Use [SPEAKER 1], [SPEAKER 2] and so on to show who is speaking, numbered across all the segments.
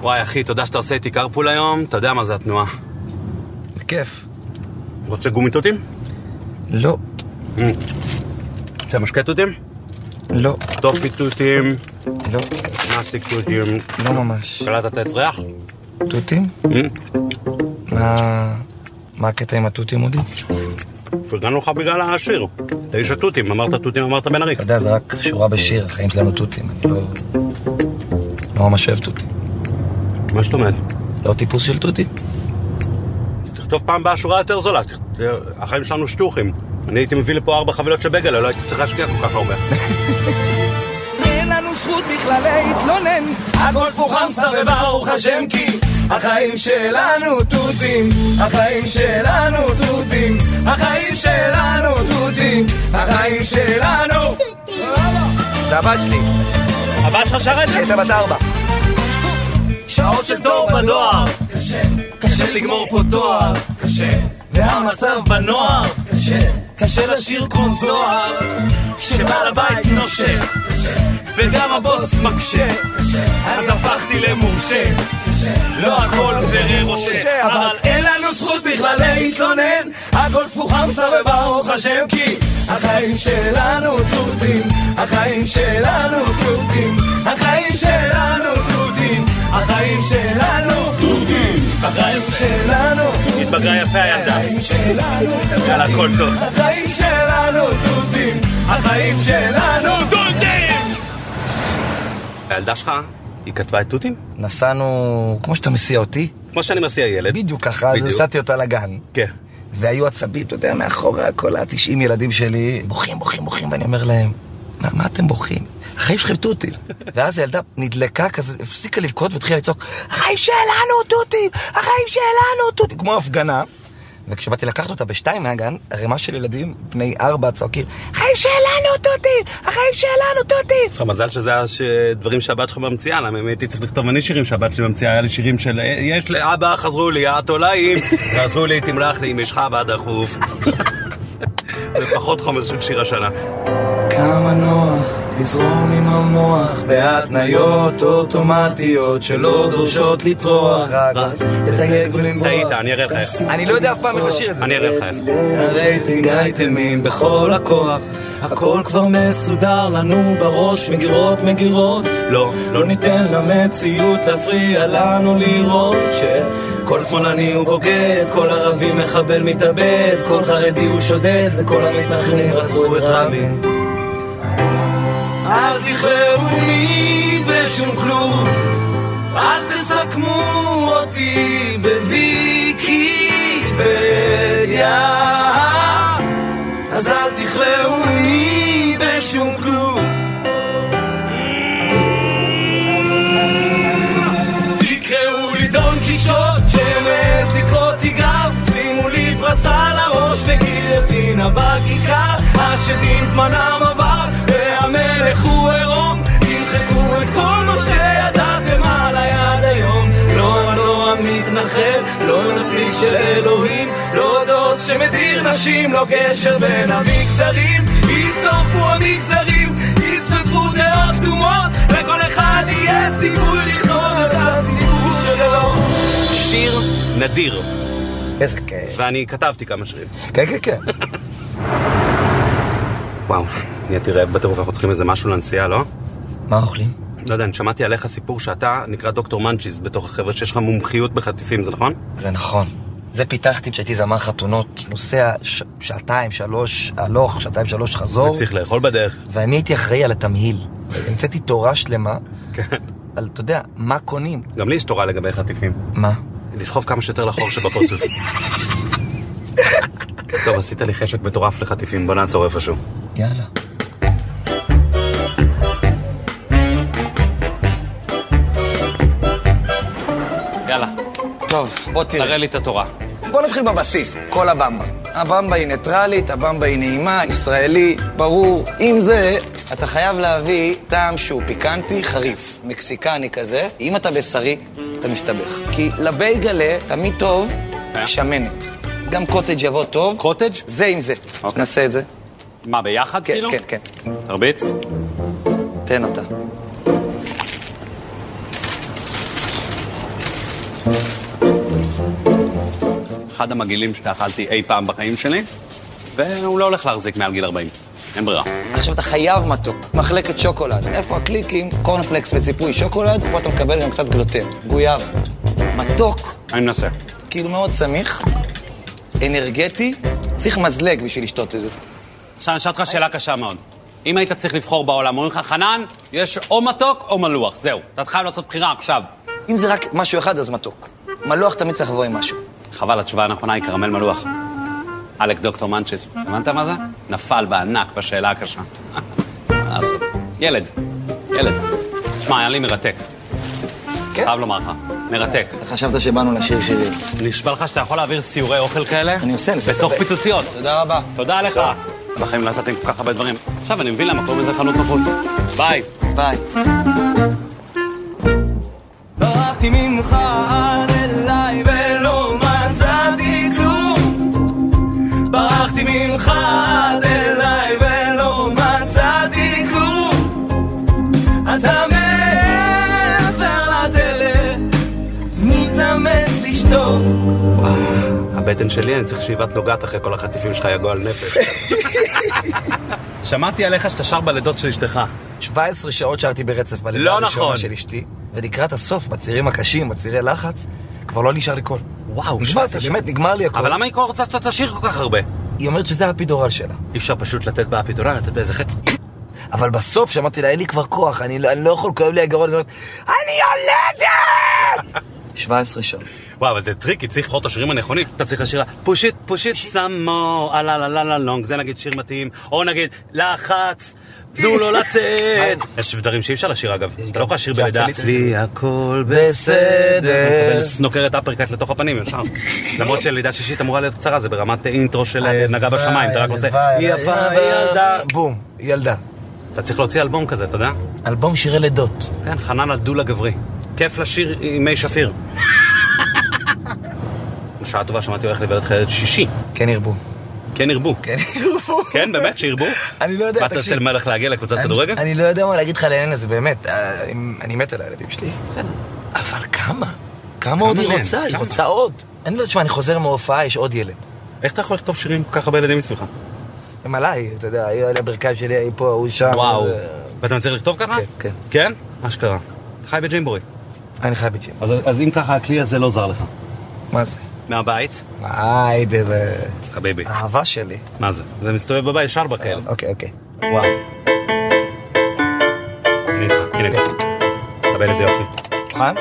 [SPEAKER 1] וואי, אחי, תודה שאתה עושה איתי carpool היום, אתה יודע מה זה התנועה.
[SPEAKER 2] בכיף.
[SPEAKER 1] רוצה גומי תותים?
[SPEAKER 2] לא,
[SPEAKER 1] רוצה משקה תותים?
[SPEAKER 2] לא,
[SPEAKER 1] טופי תותים,
[SPEAKER 2] לא,
[SPEAKER 1] נסטיק תותים.
[SPEAKER 2] לא ממש.
[SPEAKER 1] קלטת את עץ ריח?
[SPEAKER 2] תותים? מה... מה הקטע עם התותים, אודי?
[SPEAKER 1] פרגנו לך בגלל השיר. האיש התותים, אמרת תותים, אמרת בן ארי.
[SPEAKER 2] אתה יודע, זה רק שורה בשיר, החיים שלנו תותים. אני לא... לא ממש אוהב תותים.
[SPEAKER 1] מה זאת אומרת?
[SPEAKER 2] לא טיפוס של תותים.
[SPEAKER 1] אז תכתוב פעם הבאה שורה יותר זולה. ת- ת- החיים שלנו שטוחים. אני הייתי מביא לפה ארבע חבילות של בגלה, לא הייתי צריך להשקיע כל כך הרבה.
[SPEAKER 3] אין לנו זכות בכלל להתלונן הכל פה חמסה וברוך השם כי החיים שלנו תותים החיים שלנו תותים החיים שלנו תותים החיים שלנו
[SPEAKER 2] זה הבת שלי,
[SPEAKER 1] הבת שלך שרה את זה?
[SPEAKER 2] היא הייתה בת ארבע.
[SPEAKER 3] שעות של תור בדואר קשה, קשה לגמור פה תואר קשה, והמצב בנוער קשה, קשה לשיר כמו זוהר כשבעל הבית נושק וגם הבוס מקשה אז הפכתי למורשה לא הכל פרי רושה אבל אין לנו זכות בכלל להתלונן הכל תפוך חמסה וברוך השם כי החיים שלנו תותים החיים שלנו תותים החיים שלנו תותים החיים שלנו תותים החיים שלנו תותים
[SPEAKER 1] התבגרה יפה הילדה.
[SPEAKER 3] החיים שלנו תותים
[SPEAKER 1] יאללה, הכל טוב.
[SPEAKER 3] החיים שלנו תותים החיים שלנו תותים
[SPEAKER 1] הילדה שלך, היא כתבה את תותים?
[SPEAKER 2] נסענו, כמו שאתה מסיע אותי,
[SPEAKER 1] כמו שאני מסיע ילד.
[SPEAKER 2] בדיוק ככה, אז
[SPEAKER 1] בדיוק.
[SPEAKER 2] נסעתי אותה לגן.
[SPEAKER 1] כן.
[SPEAKER 2] והיו עצבים, אתה יודע, מאחורה כל ה-90 ילדים שלי, בוכים, בוכים, בוכים, ואני אומר להם, מה, מה אתם בוכים? החיים שלכם תותים. ואז הילדה נדלקה כזה, הפסיקה לבכות והתחילה לצעוק, החיים שלנו תותים! החיים שלנו תותים! כמו הפגנה. וכשבאתי לקחת אותה בשתיים מהגן, ערימה של ילדים בני ארבע צועקים, החיים שלנו תותים! החיים שלנו תותים!
[SPEAKER 1] יש לך מזל שזה היה ש- דברים שהבת שלך ממציאה, למה אם הייתי צריך לכתוב אני שירים שהבת שלי ממציאה, היה לי שירים של "אה, יש לאבא, חזרו לי התולעים, חזרו לי תמרח לי עם אשך דחוף. זה פחות חומר של שיר השנה.
[SPEAKER 3] כמה נוח לזרום עם המוח בהתניות אוטומטיות שלא דורשות לטרוח רק לתייג ולמרוח
[SPEAKER 1] טעית, אני אראה לך איך.
[SPEAKER 2] אני לא יודע אף פעם איך לשיר את זה.
[SPEAKER 1] אני אראה לך איך.
[SPEAKER 3] הרייטינג אייטמים בכל הכוח הכל כבר מסודר לנו בראש מגירות מגירות לא, לא ניתן למציאות להפריע לנו לראות שכל שמאלני הוא בוגד, כל ערבי מחבל מתאבד כל חרדי הוא שודד וכל המתנחלים רצו את רבין אל תכלאוני בשום כלום אל תסכמו אותי בוויקיפדיה אז אל תכלאוני בשום כלום תקראו לי דון קישוט שמעז לקרוא תיגב שימו לי פרס על הראש וגיליוטינה בכיכר השדים זמנם עבר והמלך הוא עירום תמחקו את כל מה שידעתם עליי עד היום לא אני לא המתנחל, לא נציג של אלוהים לא דוס שמדיר נשים, לא גשר בין המגזרים יישרפו המגזרים, ישרפו דעות קדומות לכל אחד יהיה סיכוי לכלול את הסיפור שלו
[SPEAKER 1] שיר נדיר,
[SPEAKER 2] איזה כיף.
[SPEAKER 1] ואני כתבתי כמה שירים.
[SPEAKER 2] כן, כן, כן.
[SPEAKER 1] וואו, נהייתי רעב בטירוף, אנחנו צריכים איזה משהו לנסיעה, לא?
[SPEAKER 2] מה אוכלים?
[SPEAKER 1] לא יודע, אני שמעתי עליך סיפור שאתה נקרא דוקטור מנצ'יז בתוך החבר'ה שיש לך מומחיות בחטיפים, זה נכון?
[SPEAKER 2] זה נכון. זה פיתחתי כשהייתי זמר חתונות. נוסע ש... שעתיים, שלוש, הלוך, שעתיים, שלוש, חזור.
[SPEAKER 1] וצריך לאכול בדרך.
[SPEAKER 2] ואני הייתי אחראי על התמהיל. המצאתי תורה שלמה על, אתה יודע, מה קונים.
[SPEAKER 1] גם לי יש תורה לגבי חטיפים.
[SPEAKER 2] מה?
[SPEAKER 1] לדחוף כמה שיותר לחור שבפרצוף. טוב, עשית לי חשק מטורף לחטיפים, בוא נעצור איפשהו.
[SPEAKER 2] יאללה.
[SPEAKER 4] יאללה,
[SPEAKER 2] טוב, בוא
[SPEAKER 4] תראה לי את התורה.
[SPEAKER 2] בוא נתחיל בבסיס, כל הבמבה. הבמבה היא ניטרלית, הבמבה היא נעימה, ישראלי, ברור. עם זה, אתה חייב להביא טעם שהוא פיקנטי, חריף, מקסיקני כזה. אם אתה בשרי, אתה מסתבך. כי לבייגלה תמיד טוב שמנת. גם קוטג' יבוא טוב.
[SPEAKER 4] קוטג'?
[SPEAKER 2] זה עם זה.
[SPEAKER 4] אוקיי.
[SPEAKER 2] נעשה את זה.
[SPEAKER 4] מה, ביחד
[SPEAKER 2] כן,
[SPEAKER 4] כאילו?
[SPEAKER 2] כן, כן.
[SPEAKER 4] תרביץ.
[SPEAKER 2] תן אותה.
[SPEAKER 4] אחד המגעילים שאכלתי אי פעם בחיים שלי, והוא לא הולך להחזיק מעל גיל 40. אין ברירה.
[SPEAKER 2] עכשיו אתה חייב מתוק, מחלקת שוקולד. איפה הקליקים? קורנפלקס וציפוי שוקולד, פה אתה מקבל גם קצת גלוטן, גויאב. מתוק,
[SPEAKER 4] אני מנסה.
[SPEAKER 2] כאילו מאוד סמיך, אנרגטי, צריך מזלג בשביל לשתות את זה.
[SPEAKER 4] עכשיו אני אשאל אותך שאלה קשה מאוד. אם היית צריך לבחור בעולם, אומרים לך, חנן, יש או מתוק או מלוח, זהו. אתה חייב לעשות בחירה עכשיו.
[SPEAKER 2] אם זה רק משהו אחד, אז מתוק. מלוח תמיד צריך לבוא עם משהו.
[SPEAKER 4] חבל, התשובה הנכונה היא כרמל מלוח. עלק דוקטור מנצ'ס, הבנת מה זה? נפל בענק בשאלה הקשה. מה לעשות? ילד, ילד. שמע, היה לי מרתק.
[SPEAKER 2] כן?
[SPEAKER 4] חייב לומר לך, מרתק.
[SPEAKER 2] אתה חשבת שבאנו לשיר שירים.
[SPEAKER 4] נשבע לך שאתה יכול להעביר סיורי אוכל כאלה?
[SPEAKER 2] אני עושה, אני עושה
[SPEAKER 4] בתוך
[SPEAKER 2] ספק.
[SPEAKER 4] פיצוציות.
[SPEAKER 2] תודה רבה.
[SPEAKER 4] תודה לך. בחיים לא נתתם כל כך הרבה דברים. עכשיו אני מבין למה קוראים לזה חנות נוחות. ביי.
[SPEAKER 2] ביי.
[SPEAKER 3] ברחתי ממך עד אליי ולא מצאתי כלום ברחתי ממך עד אליי ולא מצאתי כלום אתה מעבר לדלת מתאמץ לשתוק
[SPEAKER 1] הבטן שלי, אני צריך שאיבת נוגעת אחרי כל החטיפים שלך, יא גועל נפש. שמעתי עליך שאתה שר בלידות של אשתך.
[SPEAKER 2] 17 שעות שרתי ברצף בלידה
[SPEAKER 1] לא
[SPEAKER 2] הראשונה
[SPEAKER 1] נכון.
[SPEAKER 2] של אשתי, ולקראת הסוף, בצירים הקשים, בצירי לחץ, כבר לא נשאר לי קול.
[SPEAKER 1] וואו,
[SPEAKER 2] נשמע, זה באמת נגמר לי
[SPEAKER 1] אבל
[SPEAKER 2] הכל.
[SPEAKER 1] למה היא כבר רוצה שאתה תשיר כל כך הרבה?
[SPEAKER 2] היא אומרת שזה הפידורל שלה.
[SPEAKER 1] אי אפשר פשוט לתת בה פיתולה, לתת באיזה חטא.
[SPEAKER 2] אבל בסוף שמעתי לה, אין לי כבר כוח, אני לא- אני לא יכול, כואב לי הגרון, היא אומרת, אני יולדת! 17 שעות.
[SPEAKER 1] וואו, אבל זה טריקי, צריך לבחור את השירים הנכונים. אתה צריך לשיר לה, push it, push it, סמו, אה לה לה לה לה לונג, זה נגיד שיר מתאים, או נגיד, לחץ, תנו לו לצאת. יש דברים שאי אפשר לשיר אגב, אתה לא יכול לשיר בלידה,
[SPEAKER 2] שהצלית-
[SPEAKER 1] אצלי הכל
[SPEAKER 2] בסדר.
[SPEAKER 1] בסדר. סנוקרת אפרקט לתוך הפנים, ישר. למרות שלידה שישית אמורה להיות קצרה, זה ברמת אינטרו של אה, נגע בשמיים, אתה רק עושה,
[SPEAKER 2] הלוואי,
[SPEAKER 1] יפה
[SPEAKER 2] הלוואי.
[SPEAKER 1] ילדה.
[SPEAKER 2] בום, ילדה.
[SPEAKER 1] אתה צריך להוציא אלבום כזה, אתה יודע?
[SPEAKER 2] אלבום שירי לידות.
[SPEAKER 1] כן, חנן הדול הגברי. כיף לשיר עם מי שפיר. בשעה טובה שמעתי הולך לבלת חיילת שישי.
[SPEAKER 2] כן ירבו.
[SPEAKER 1] כן ירבו.
[SPEAKER 2] כן ירבו.
[SPEAKER 1] כן, באמת, שירבו?
[SPEAKER 2] אני לא יודע,
[SPEAKER 1] מה אתה עושה למה הולך להגיע לקבוצת
[SPEAKER 2] אני-
[SPEAKER 1] כדורגל?
[SPEAKER 2] אני לא יודע מה להגיד לך על העניין הזה, באמת. אה, אני- אני מת על הילדים שלי. בסדר. אבל כמה? כמה עוד היא
[SPEAKER 1] להם?
[SPEAKER 2] רוצה? היא
[SPEAKER 1] כמה?
[SPEAKER 2] רוצה עוד. אני לא, תשמע, אני חוזר מההופעה, יש עוד ילד.
[SPEAKER 1] איך אתה יכול לכתוב שירים כל כך הרבה ילדים מסביבך?
[SPEAKER 2] הם עליי, אתה יודע, היו על הברכיים שלי, היו פה, הוא שם.
[SPEAKER 1] וואו.
[SPEAKER 2] אז, אה,
[SPEAKER 1] ואתה מצליח לכתוב ככה?
[SPEAKER 2] כן, כן.
[SPEAKER 1] כן? אשכרה. אתה חי בג'ימבורי.
[SPEAKER 2] אני חי בג'ים.
[SPEAKER 1] אז- אז אם ככה, הכלי הזה לא זר לך.
[SPEAKER 2] מה זה?
[SPEAKER 1] מהבית?
[SPEAKER 2] מה, היידה, זה...
[SPEAKER 1] חביבי.
[SPEAKER 2] אהבה שלי.
[SPEAKER 1] מה זה? זה מסתובב בבית, יש ארבע כאלה.
[SPEAKER 2] אוקיי, אוקיי.
[SPEAKER 1] וואו. הנה איתך, הנה איתך. קבל איזה יופי.
[SPEAKER 2] מוכן?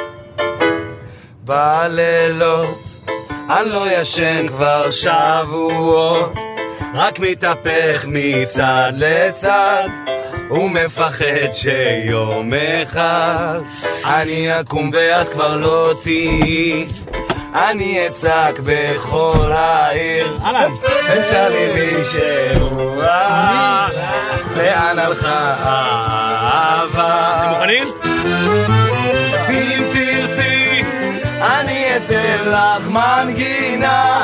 [SPEAKER 2] בלילות אני לא ישן כבר שבועות רק מתהפך מצד לצד ומפחד שיום אחד אני אקום ואת כבר לא תהיי אני אצעק בכל העיר
[SPEAKER 1] אהלן.
[SPEAKER 2] ושרים לי שהוא רע לאן הלכה האהבה
[SPEAKER 1] מוכנים?
[SPEAKER 2] אם תרצי, אני אתן לך מנגינה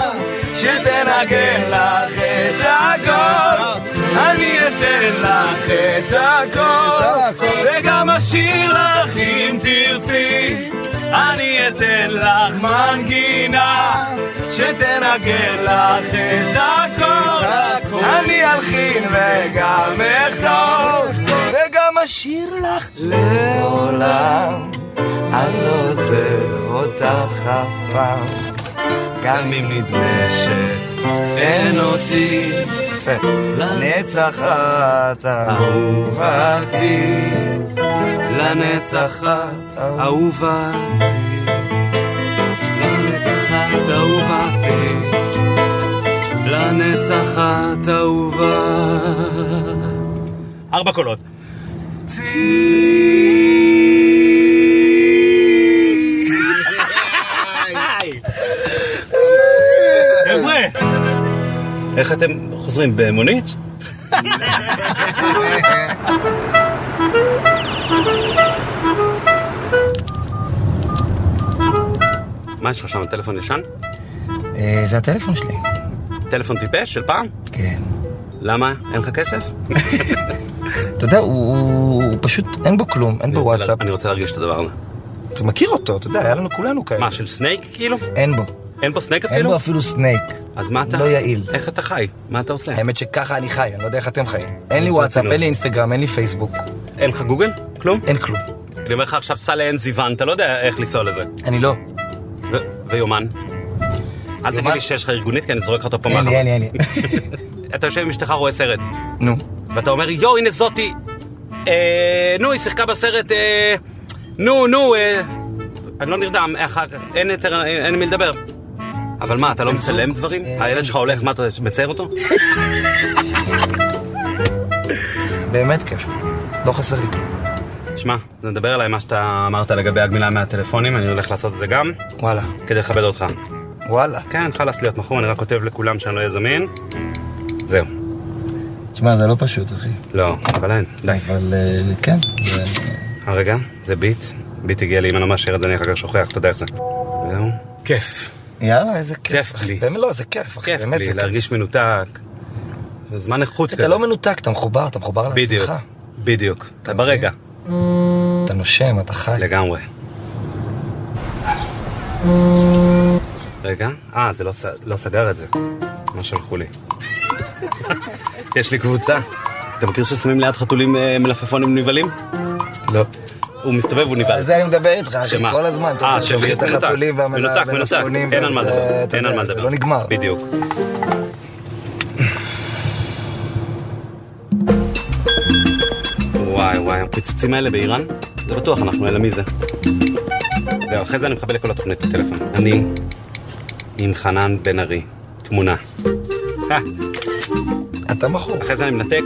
[SPEAKER 2] שתנגן לך את הכל. אני אתן לך את הכל, וגם אשיר לך אם תרצי. אני אתן לך מנגינה שתנגן לך את הכל. אני אלחין וגם אכתוב, וגם אשיר לך לעולם. אני לא עוזב אותך אף פעם, גם אם נדמה שאין אותי. יפה. לנצח את אהובתי, לנצח את אהובתי, לנצח את אהובתי, לנצח את אהובתי.
[SPEAKER 1] ארבע קולות. חבר'ה! איך אתם חוזרים? במונית? מה יש לך שם? טלפון ישן?
[SPEAKER 2] אה, זה הטלפון שלי.
[SPEAKER 1] טלפון טיפש של פעם?
[SPEAKER 2] כן.
[SPEAKER 1] למה? אין לך כסף?
[SPEAKER 2] אתה יודע, הוא פשוט, אין בו כלום, אין
[SPEAKER 1] אני רוצה
[SPEAKER 2] בו
[SPEAKER 1] לה-
[SPEAKER 2] וואטסאפ.
[SPEAKER 1] אני רוצה להרגיש את הדבר הזה.
[SPEAKER 2] אתה מכיר אותו, אתה יודע, היה לנו כולנו כאלה.
[SPEAKER 1] מה, של סנייק כאילו?
[SPEAKER 2] אין בו.
[SPEAKER 1] אין פה סנייק
[SPEAKER 2] אין
[SPEAKER 1] אפילו?
[SPEAKER 2] בו אפילו סנייק.
[SPEAKER 1] אז מה אתה...
[SPEAKER 2] לא יעיל.
[SPEAKER 1] איך אתה חי? מה אתה עושה?
[SPEAKER 2] האמת שככה אני חי, אני לא יודע איך אתם חיים. אין לי וואטסאפ,
[SPEAKER 1] לא.
[SPEAKER 2] אין לי אינסטגרם, אין לי פייסבוק,
[SPEAKER 1] אין לך גוגל? כלום?
[SPEAKER 2] אין כלום.
[SPEAKER 1] אני אומר לך עכשיו, סע לעין זיוון, אתה לא יודע איך לנסוע לזה.
[SPEAKER 2] אני לא.
[SPEAKER 1] ו- ויומן? אל תגיד
[SPEAKER 2] יומן?
[SPEAKER 1] לי שיש לך ארגונית, כי אני זורק לך אותו פה
[SPEAKER 2] אין
[SPEAKER 1] מהחלום.
[SPEAKER 2] לי, אין לי, אין לי.
[SPEAKER 1] אתה יושב עם אשתך, רואה סרט.
[SPEAKER 2] נו.
[SPEAKER 1] ואתה אומר, יואו, הנה זאתי. אה, נו, היא שיחקה בסרט, אה, נו, נו, אה, אני לא נרדם, אחר כך, אין יותר, אין אין מי לדבר. אבל מה, אתה לא מצלם דברים?
[SPEAKER 2] אה,
[SPEAKER 1] הילד שלך הולך, מה, אתה מצייר אותו?
[SPEAKER 2] באמת כיף. לא חסר לי כלום.
[SPEAKER 1] שמע, זה מדבר עליי מה שאתה אמרת לגבי הגמילה מהטלפונים, אני הולך לעשות את זה גם,
[SPEAKER 2] וואלה.
[SPEAKER 1] כדי לכבד אותך.
[SPEAKER 2] וואלה.
[SPEAKER 1] כן, חלאס להיות מכור, אני רק כותב לכולם שאני לא אהיה זמין. זהו.
[SPEAKER 2] תשמע, זה לא פשוט, אחי.
[SPEAKER 1] לא, אבל אין, די.
[SPEAKER 2] אבל אה, כן. זה-
[SPEAKER 1] רגע, זה ביט. ביט הגיע לי, אם אני לא מאשר את זה, אני אחר כך שוכח, אתה יודע איך זה. זהו. כיף.
[SPEAKER 2] יאללה, איזה כיף.
[SPEAKER 1] כיף
[SPEAKER 2] אחי.
[SPEAKER 1] לי.
[SPEAKER 2] באמת לא, זה כיף, אחי.
[SPEAKER 1] כיף
[SPEAKER 2] באמת,
[SPEAKER 1] לי
[SPEAKER 2] זה כיף.
[SPEAKER 1] להרגיש מנותק. זה זמן איכות כזה.
[SPEAKER 2] אתה לא מנותק, אתה מחובר, אתה מחובר
[SPEAKER 1] בדיוק,
[SPEAKER 2] לעצמך.
[SPEAKER 1] בדיוק. אתה ברגע.
[SPEAKER 2] אתה נושם, אתה חי.
[SPEAKER 1] לגמרי. רגע, אה, זה לא ס- לא סגר את זה. מה שלחו לי. יש לי קבוצה. אתה מכיר ששמים ליד חתולים אה, מלפפונים נבהלים?
[SPEAKER 2] לא.
[SPEAKER 1] הוא מסתובב, הוא נבהל.
[SPEAKER 2] על זה אני מדבר איתך, אחי,
[SPEAKER 1] שמה?
[SPEAKER 2] כל הזמן. אתה
[SPEAKER 1] אה,
[SPEAKER 2] יודע,
[SPEAKER 1] שלי,
[SPEAKER 2] שולחים את
[SPEAKER 1] מנותק,
[SPEAKER 2] החתולים
[SPEAKER 1] מנותק, מנותק.
[SPEAKER 2] והמלפפונים.
[SPEAKER 1] אין על מה
[SPEAKER 2] וזה-
[SPEAKER 1] לדבר.
[SPEAKER 2] אתה
[SPEAKER 1] אין על
[SPEAKER 2] יודע,
[SPEAKER 1] מה
[SPEAKER 2] זה
[SPEAKER 1] לדבר.
[SPEAKER 2] לא נגמר.
[SPEAKER 1] בדיוק. וואי וואי, הפיצוצים האלה באיראן? זה בטוח אנחנו, אלא מי זה? זהו, אחרי זה אני מחבל לכל התוכנית בטלפון. אני עם חנן בן ארי. תמונה.
[SPEAKER 2] אתה מכור.
[SPEAKER 1] אחרי זה אני מנתק.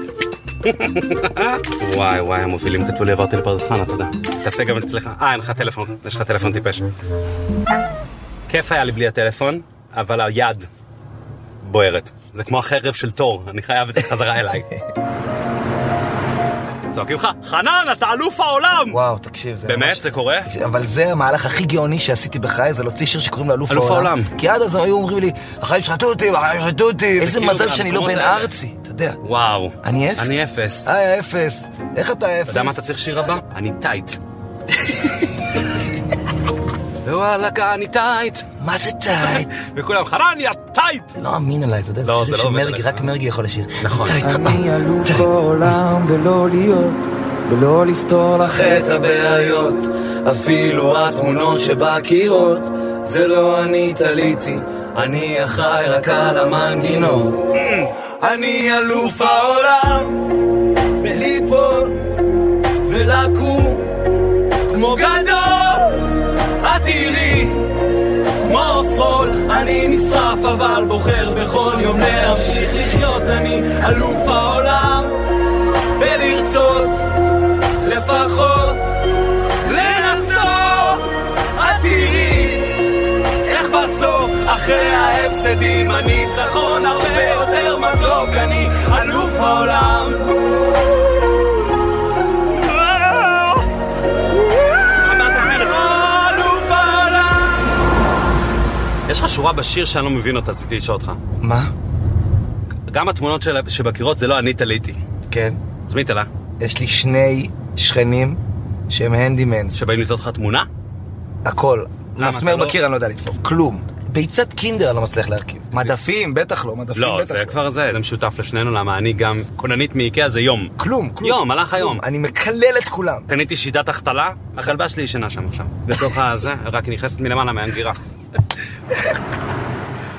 [SPEAKER 1] וואי וואי, המובילים כתבו לי עברתי לפרדס חנה, תודה. תעשה גם אצלך. אה, אין לך טלפון, יש לך טלפון טיפש. כיף היה לי בלי הטלפון, אבל היד בוערת. זה כמו החרב של תור, אני חייב את זה חזרה אליי. צועקים לך, חנן, אתה אלוף העולם!
[SPEAKER 2] וואו, תקשיב, זה
[SPEAKER 1] באמת?
[SPEAKER 2] ממש-
[SPEAKER 1] זה קורה?
[SPEAKER 2] אבל זה המהלך הכי גאוני שעשיתי בחיי, זה להוציא שיר שקוראים לו אלוף
[SPEAKER 1] אלוף
[SPEAKER 2] העולם.
[SPEAKER 1] העולם.
[SPEAKER 2] כי עד אז הם היו אומרים לי, החיים שחטו אותי, החיים שחטו אותי. איזה
[SPEAKER 1] כאילו
[SPEAKER 2] מזל
[SPEAKER 1] זה
[SPEAKER 2] שאני לא
[SPEAKER 1] המקומות
[SPEAKER 2] בן
[SPEAKER 1] האלה.
[SPEAKER 2] ארצי, אתה יודע.
[SPEAKER 1] וואו.
[SPEAKER 2] אני אפס.
[SPEAKER 1] אני אפס. אתה
[SPEAKER 2] אה, אפס. איך אתה אפס?
[SPEAKER 1] יודע מה אתה צריך שיר הבא? אני טייט. וואלכ, אני טייט.
[SPEAKER 2] מה זה טייט?
[SPEAKER 1] וכולם, חנן, יא טייט!
[SPEAKER 2] זה לא אמין עליי, אתה יודע, זה
[SPEAKER 1] לא,
[SPEAKER 2] שיר
[SPEAKER 1] זה לא עובד
[SPEAKER 2] שמרגי,
[SPEAKER 1] עליך.
[SPEAKER 2] רק מרגי יכול לשיר.
[SPEAKER 1] נכון.
[SPEAKER 2] טייט,
[SPEAKER 3] אני אלוף העולם בלא להיות, בלא לפתור לך את הבעיות. אפילו התמונות שבקירות, זה לא אני תליתי, אני אחראי רק על המנגינות. אני אלוף העולם בליפול ולקום כמו גדול, את תראי כמו עופרול, אני נשרף אבל בוחר בכל יום להמשיך לחיות, אני אלוף העולם בלרצות לפחות לנסות, את תראי איך בסוף אחרי ההפסדים הניצחון הרבה יותר מתוק, אני אלוף העולם אלוף העולם
[SPEAKER 1] יש לך שורה בשיר שאני לא מבין אותה, רציתי לשאול אותך.
[SPEAKER 2] מה?
[SPEAKER 1] גם התמונות של- שבקירות זה לא אני תליתי.
[SPEAKER 2] כן.
[SPEAKER 1] אז מי תלה?
[SPEAKER 2] יש לי שני שכנים שהם הנדימנס.
[SPEAKER 1] שבאים לתלות לך תמונה?
[SPEAKER 2] הכל.
[SPEAKER 1] למה,
[SPEAKER 2] מסמר
[SPEAKER 1] אתה לא-
[SPEAKER 2] בקיר אני לא יודע לתפור. כלום. ביצת קינדר אני לא מצליח להרכיב. מדפים, בטח לא. מדפים,
[SPEAKER 1] לא,
[SPEAKER 2] בטח
[SPEAKER 1] זה כבר זה, זה משותף לשנינו, למה אני גם כוננית מאיקאה זה יום.
[SPEAKER 2] כלום, כלום.
[SPEAKER 1] יום, הלך
[SPEAKER 2] כלום.
[SPEAKER 1] היום.
[SPEAKER 2] אני מקלל את כולם.
[SPEAKER 1] קניתי שיטת החתלה, הכלבה שלי ישנה שם עכשיו. בתוך הזה, רק היא נכנסת מלמעלה מהנגירה.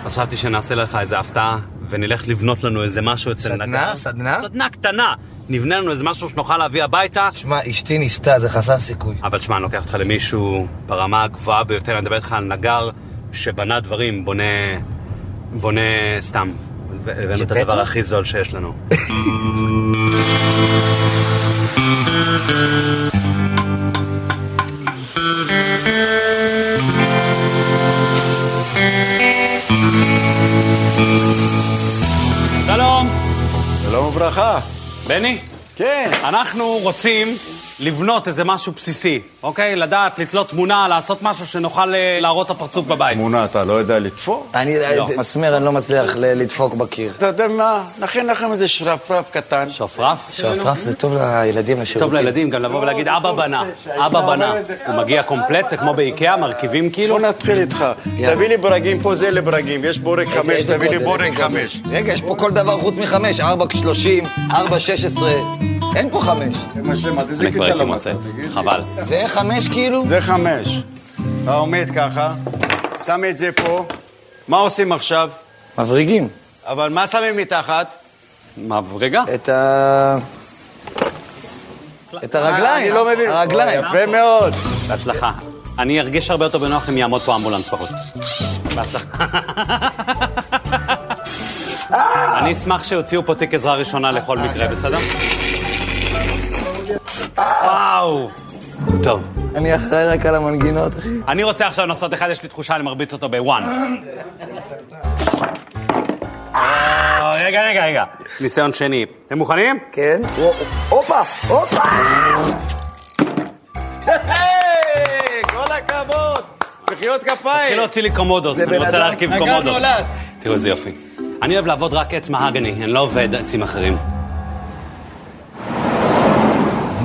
[SPEAKER 1] אז חשבתי שנעשה לך איזה הפתעה, ונלך לבנות לנו איזה משהו אצל
[SPEAKER 2] סדנה? סדנה?
[SPEAKER 1] סדנה קטנה. נבנה לנו איזה משהו שנוכל להביא הביתה,
[SPEAKER 2] שמע, אשתי ניסתה, זה חסר סיכוי.
[SPEAKER 1] אבל שמע, אני לוקח אותך למישהו ברמה הגבוהה ביותר, אני מדבר איתך על נגר שבנה דברים, בונה... בונה סתם. הבאנו את
[SPEAKER 2] ג'פטו?
[SPEAKER 1] הדבר הכי זול שיש לנו.
[SPEAKER 5] שלום,
[SPEAKER 6] שלום וברכה.
[SPEAKER 5] בני,
[SPEAKER 6] כן,
[SPEAKER 1] כן.
[SPEAKER 5] אנחנו רוצים
[SPEAKER 1] לבנות איזה משהו בסיסי, אוקיי? לדעת, לתלות תמונה, לעשות משהו שנוכל אה, להראות את הפרצוף בבית.
[SPEAKER 7] תמונה, אתה לא יודע לתפור?
[SPEAKER 8] אני, מסמר, אני לא מצליח ל- לדפוק בקיר.
[SPEAKER 7] אתה יודע מה, נכין לכם איזה שרפרף קטן.
[SPEAKER 1] שרפרף?
[SPEAKER 2] שרפרף זה טוב לילדים
[SPEAKER 1] טוב
[SPEAKER 2] לשירותים.
[SPEAKER 1] לילדים גם לבוא ולהגיד, אבא בנה, אבא בנה. הוא מגיע קומפלט, זה כמו באיקאה, מרכיבים כאילו.
[SPEAKER 7] בוא נתחיל איתך. תביא לי ברגים, פה זה לברגים, יש בורג
[SPEAKER 8] איזה-
[SPEAKER 7] חמש,
[SPEAKER 8] איזה
[SPEAKER 7] תביא לי
[SPEAKER 8] גודל,
[SPEAKER 7] בורג
[SPEAKER 8] איזה גודל?
[SPEAKER 7] חמש.
[SPEAKER 8] רגע, יש פה כל דבר חוץ מחמש. ארבע שלושים, ארבע שש עשרה. אין פה חמש.
[SPEAKER 7] אמא שם, עד איזה
[SPEAKER 1] אני כבר
[SPEAKER 7] כיתה
[SPEAKER 1] הייתי
[SPEAKER 7] למדת?
[SPEAKER 1] מוצא,
[SPEAKER 7] תגיד לי?
[SPEAKER 1] חבל.
[SPEAKER 8] זה חמש כאילו?
[SPEAKER 7] זה חמש. אתה עומד ככה, שם את זה פה, מה עושים עכשיו?
[SPEAKER 8] מבריגים.
[SPEAKER 7] אבל מה שמים מתחת?
[SPEAKER 1] מברגה?
[SPEAKER 8] את ה... את הרגליים.
[SPEAKER 7] אני לא מבין.
[SPEAKER 8] הרגליים.
[SPEAKER 7] יפה מאוד.
[SPEAKER 1] בהצלחה. אני ארגיש הרבה יותר בנוח אם יעמוד פה אמבולנס בחוץ. בהצלחה.
[SPEAKER 7] אה!
[SPEAKER 1] אני אשמח שיוציאו פה תיק עזרה ראשונה לכל מקרה, בסדר?
[SPEAKER 7] אה!
[SPEAKER 1] וואו! טוב.
[SPEAKER 8] אני אחראי רק על המנגינות, אחי.
[SPEAKER 1] אני רוצה עכשיו לנסות אחד, יש לי תחושה, אני מרביץ אותו בוואן. אה, רגע, רגע, רגע. ניסיון שני. אתם מוכנים?
[SPEAKER 8] כן. וואו, הופה! הופה!
[SPEAKER 7] היי, כל הכבוד. מחיאות
[SPEAKER 1] תתחיל
[SPEAKER 2] כן.
[SPEAKER 7] כפיים.
[SPEAKER 1] להוציא לי קומודות, אני רוצה להרכיב
[SPEAKER 7] נגן
[SPEAKER 1] קומודות.
[SPEAKER 7] נולד.
[SPEAKER 1] תראו איזה יופי. אני אוהב לעבוד רק עץ מהגני, אני לא עובד עצים אחרים.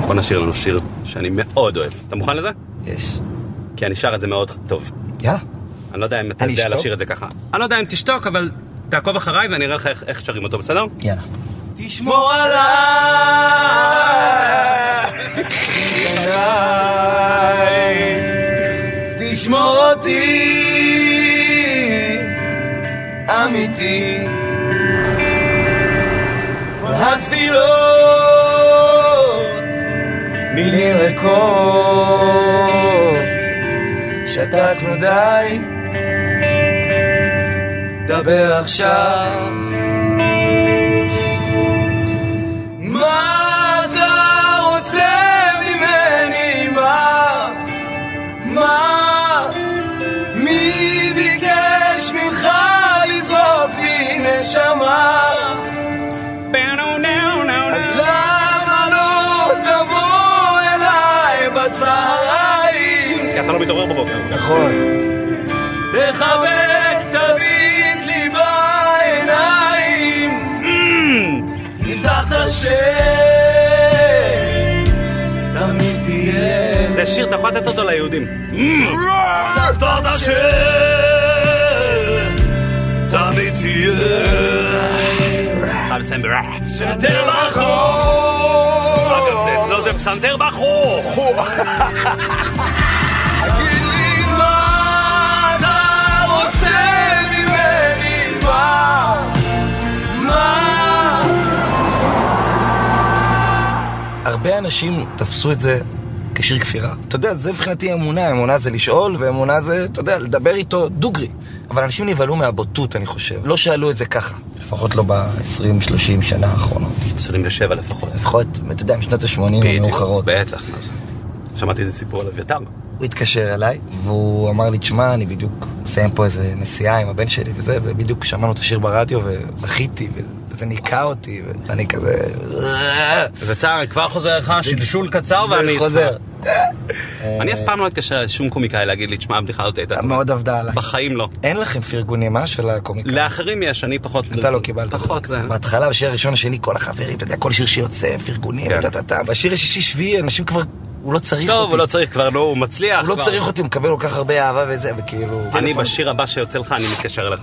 [SPEAKER 1] בוא נשאיר לנו שיר שאני מאוד אוהב. אתה מוכן לזה?
[SPEAKER 2] יש.
[SPEAKER 1] כי אני שר את זה מאוד טוב.
[SPEAKER 2] יאללה.
[SPEAKER 1] אני לא יודע אם אתה
[SPEAKER 2] אני
[SPEAKER 1] יודע
[SPEAKER 2] אשתוק?
[SPEAKER 1] לשיר את זה ככה. אני לא יודע אם תשתוק, אבל תעקוב אחריי ואני אראה לך איך- איך שרים אותו, בסדר?
[SPEAKER 2] יאללה.
[SPEAKER 3] תשמור עליי, עליי, תשמור אותי, אמיתי. כל התפילות, מילים ריקות, שתקנו די, דבר עכשיו. מה אתה רוצה ממני? מה? מה? מי ביקש ממך לזרוק לי נשמה? אז למה לא תבוא אליי בצהריים?
[SPEAKER 1] כי אתה לא מתעורר בבוקר.
[SPEAKER 3] תחבק, תביט לי בעיניים. נפתח את השם, תמיד תהיה.
[SPEAKER 1] זה שיר, אתה יכול לתת אותו ליהודים. Mm,
[SPEAKER 3] נפתח את השם, תמיד תהיה.
[SPEAKER 1] חייב לסיים ברח.
[SPEAKER 3] פסנתר בחור.
[SPEAKER 1] אגב, זה אצלו זה פסנתר בחור.
[SPEAKER 3] תגיד לי מה אתה רוצה ממני, מה? מה?
[SPEAKER 2] הרבה אנשים תפסו את זה כשיר כפירה. אתה יודע, זה מבחינתי אמונה. אמונה זה לשאול, ואמונה זה, אתה יודע, לדבר איתו דוגרי. אבל אנשים נבהלו מהבוטות, אני חושב. לא שאלו את זה ככה. לפחות לא ב-20-30 שנה האחרונות.
[SPEAKER 9] 27 לפחות.
[SPEAKER 2] לפחות, אתה יודע, משנות ה-80 המאוחרות.
[SPEAKER 9] בטח. מה זה. שמעתי איזה סיפור על אביתר.
[SPEAKER 2] הוא התקשר אליי, והוא אמר לי, תשמע, אני בדיוק מסיים פה איזה נסיעה עם הבן שלי וזה, ובדיוק שמענו את השיר ברדיו ובכיתי, וזה ניקה אותי, ואני כזה... "אה",
[SPEAKER 9] זה צער, כבר חוזר לך, שלשול קצר ואני... איתך.
[SPEAKER 2] חוזר.
[SPEAKER 9] אני אף פעם לא אתקשר לשום קומיקאי להגיד לי, תשמע, הבדיחה הזאת הייתה...
[SPEAKER 2] מאוד עבדה עליי.
[SPEAKER 9] בחיים לא.
[SPEAKER 2] אין לכם פרגונים, אה, של הקומיקאים?
[SPEAKER 9] לאחרים יש, אני פחות...
[SPEAKER 2] אתה לא קיבלת.
[SPEAKER 9] לא. פחות זה.
[SPEAKER 2] בהתחלה, בשיר הראשון, השני, כל החברים, אתה יודע, כל שיר שיוצא, פרגונים,
[SPEAKER 9] כן.
[SPEAKER 2] טה-טה-טה. בשיר השישי, שביעי, אנשים כבר, הוא לא צריך אותי.
[SPEAKER 9] טוב, הוא לא צריך כבר, נו, הוא מצליח.
[SPEAKER 2] הוא לא
[SPEAKER 9] כבר.
[SPEAKER 2] צריך אותי, הוא מקבל כל כך הרבה אהבה וזה, וכאילו...
[SPEAKER 9] אני
[SPEAKER 2] טלפון,
[SPEAKER 9] בשיר הבא שיוצא לך, אני מתקשר אליך.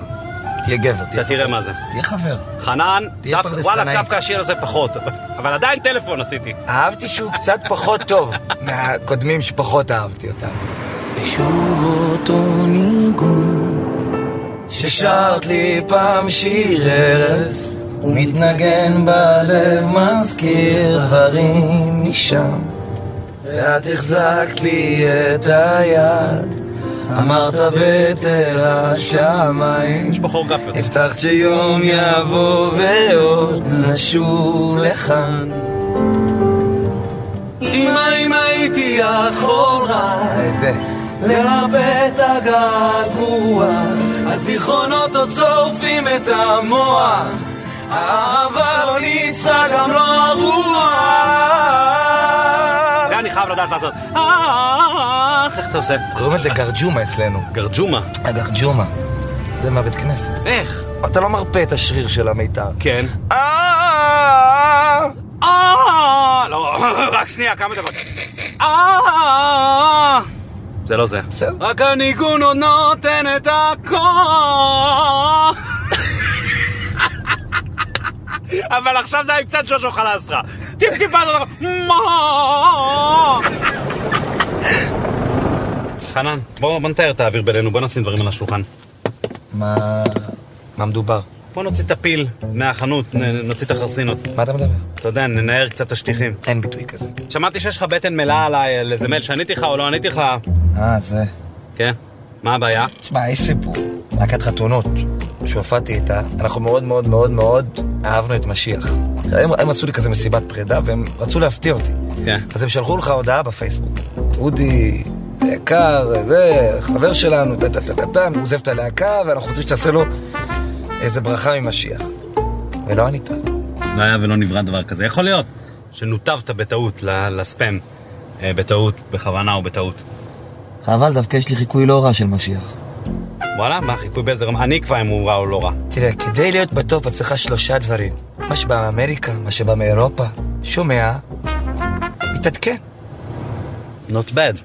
[SPEAKER 2] תהיה גבר, תהיה
[SPEAKER 9] אתה תראה מה זה.
[SPEAKER 2] תהיה חבר.
[SPEAKER 9] חנן,
[SPEAKER 2] תהיה
[SPEAKER 9] דווקא-
[SPEAKER 2] פרדס
[SPEAKER 9] וואלה,
[SPEAKER 2] חנאים.
[SPEAKER 9] דווקא השיר הזה פחות. אבל עדיין טלפון עשיתי.
[SPEAKER 2] אהבתי שהוא קצת פחות טוב מהקודמים שפחות אהבתי אותם.
[SPEAKER 8] ושוב אותו ניגון
[SPEAKER 3] ששרת לי פעם שיר ארז,
[SPEAKER 8] ומתנגן בלב מזכיר דברים משם
[SPEAKER 3] ואת החזקת לי את היד, אמרת בתל השמיים,
[SPEAKER 9] יש פה כוריאוגרפיות.
[SPEAKER 3] הבטחת שיום יבוא ועוד נשוב לכאן. אמא, אם הייתי יכולה לרפא את הגעגוע, הזיכרונות עוד שורפים את המוח, האהבה לא ניצחה גם לא הרוח.
[SPEAKER 1] זה זה אני חייב לדעת לעשות. "אח", איך אתה עושה?
[SPEAKER 2] קוראים לזה גרג'ומה אצלנו.
[SPEAKER 1] גרג'ומה.
[SPEAKER 2] הגרג'ומה. זה מהבית כנסת.
[SPEAKER 1] איך?
[SPEAKER 2] אתה לא מרפה את השריר של המיתר.
[SPEAKER 1] כן.
[SPEAKER 2] אה,
[SPEAKER 1] אה, לא, רק שנייה, כמה דקות. אה, זה לא זה.
[SPEAKER 2] בסדר.
[SPEAKER 1] רק הניגון עוד נותן את הכוח. אבל עכשיו זה היה עם קצת שושו חלסטרה. טיפ טיפה זה מה? חנן, בוא בוא נתאר את האוויר בינינו, בוא נשים דברים על השולחן.
[SPEAKER 2] מה... מה מדובר?
[SPEAKER 1] בוא נוציא את הפיל מהחנות, נ- נוציא את החרסינות.
[SPEAKER 2] מה אתה מדבר?
[SPEAKER 1] אתה יודע, ננער קצת את השטיחים.
[SPEAKER 2] אין ביטוי כזה.
[SPEAKER 1] שמעתי שיש לך בטן מלאה עליי, על איזה מייל שעניתי לך או לא עניתי לך.
[SPEAKER 2] אה, זה...
[SPEAKER 1] כן, מה הבעיה?
[SPEAKER 2] תשמע, יש סיפור. להקת חתונות, שהופעתי איתה, אנחנו מאוד מאוד מאוד מאוד אהבנו את משיח. הם, הם עשו לי כזה מסיבת פרידה, והם רצו להפתיע אותי.
[SPEAKER 1] כן.
[SPEAKER 2] אז הם שלחו לך הודעה בפייסבוק. אודי, זה יקר, זה חבר שלנו, טה טה טה טה טה, הוא עוזב את הלהקה, ואנחנו רוצים שתעשה לו איזה ברכה ממשיח. ולא ענית.
[SPEAKER 1] לא היה ולא נברא דבר כזה. יכול להיות שנותבת בטעות ל- לספאם. אה, בטעות, בכוונה או בטעות.
[SPEAKER 2] אבל דווקא יש לי חיקוי לא רע של משיח.
[SPEAKER 1] וואלה, מה חיכוי באיזה רמה? אני אקבע אם הוא רע או לא רע.
[SPEAKER 2] תראה, כדי להיות בטופ את צריכה שלושה דברים. מה שבא מאמריקה, מה שבא מאירופה, שומע, מתעדכן.
[SPEAKER 1] Not bad.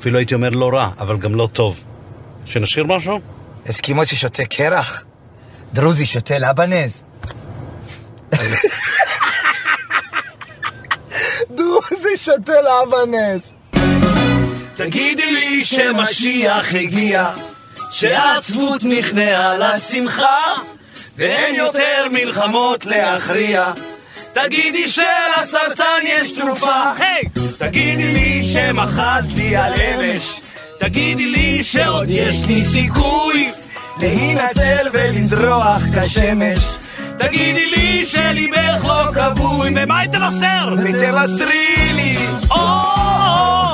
[SPEAKER 1] אפילו הייתי אומר לא רע, אבל גם לא טוב. שנשאיר משהו?
[SPEAKER 2] אסקימו ששותה קרח, דרוזי שותה לבנז. דרוזי שותה לבנז.
[SPEAKER 3] תגידי לי שמשיח הגיע, שהעצבות נכנעה לשמחה, ואין יותר מלחמות להכריע. תגידי שלסרטן יש תרופה, היי! תגידי לי שמחלתי על אמש, תגידי לי שעוד יש לי סיכוי להינצל ולזרוח כשמש. תגידי לי שליבך לא כבוי, במה היית נוסר? ותבשרי לי, או,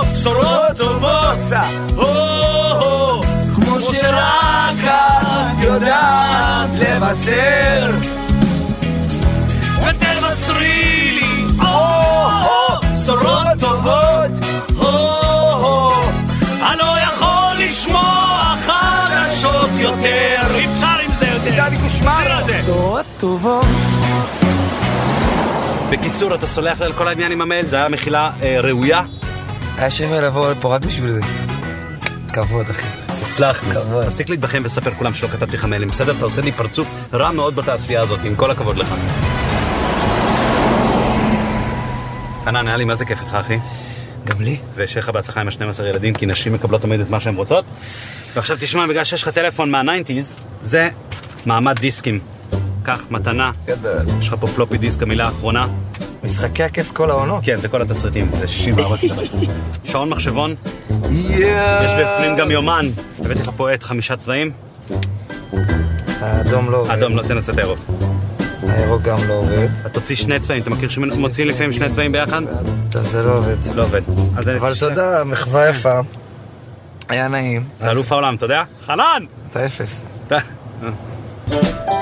[SPEAKER 3] בשורות טובות, או, כמו שרק את יודעת לבשר. ותבשרי לי, או, בשורות טובות, Oh. או, אני לא יכול לשמוע חדשות יותר. אי אפשר עם זה לא יותר. סיטה
[SPEAKER 1] בקיצור, אתה סולח לי על כל העניין עם המייל, זה היה מחילה אה, ראויה.
[SPEAKER 2] היה שווה לבוא לפה רק בשביל זה. כבוד, אחי.
[SPEAKER 1] הצלחנו.
[SPEAKER 2] כבוד.
[SPEAKER 1] תפסיק להתבכיין ולספר כולם שלא כתבתי לך מיילים, בסדר? אתה עושה לי פרצוף רע מאוד בתעשייה הזאת, עם כל הכבוד לך. חנן, היה לי מה זה כיף איתך, אחי.
[SPEAKER 2] גם לי?
[SPEAKER 1] ושיהיה לך בהצלחה עם ה-12 ילדים, כי נשים מקבלות תמיד את מה שהן רוצות. ועכשיו תשמע, בגלל שיש לך טלפון מהניינטיז, זה מעמד דיסקים. קח, מתנה.
[SPEAKER 2] גדול.
[SPEAKER 1] יש לך פה פלופי דיסק, המילה האחרונה.
[SPEAKER 2] משחקי הכס כל העונות.
[SPEAKER 1] כן, זה כל התסריטים, זה 64 תסריטים. שעון מחשבון, יש בפנים גם יומן. הבאתי לך פה את חמישה צבעים.
[SPEAKER 2] האדום לא עובד.
[SPEAKER 1] אדום, לא תנסה את הירוק.
[SPEAKER 2] הירוק גם לא עובד.
[SPEAKER 1] אתה תוציא שני צבעים, אתה מכיר שמוציאים לפעמים שני צבעים ביחד?
[SPEAKER 2] טוב, זה לא עובד.
[SPEAKER 1] לא עובד. אז
[SPEAKER 2] אבל
[SPEAKER 1] שני-
[SPEAKER 2] תודה, מחווה יפה. היה נעים.
[SPEAKER 1] אתה אלוף העולם, אתה יודע? חנן!
[SPEAKER 2] אתה אפס.
[SPEAKER 1] אתה-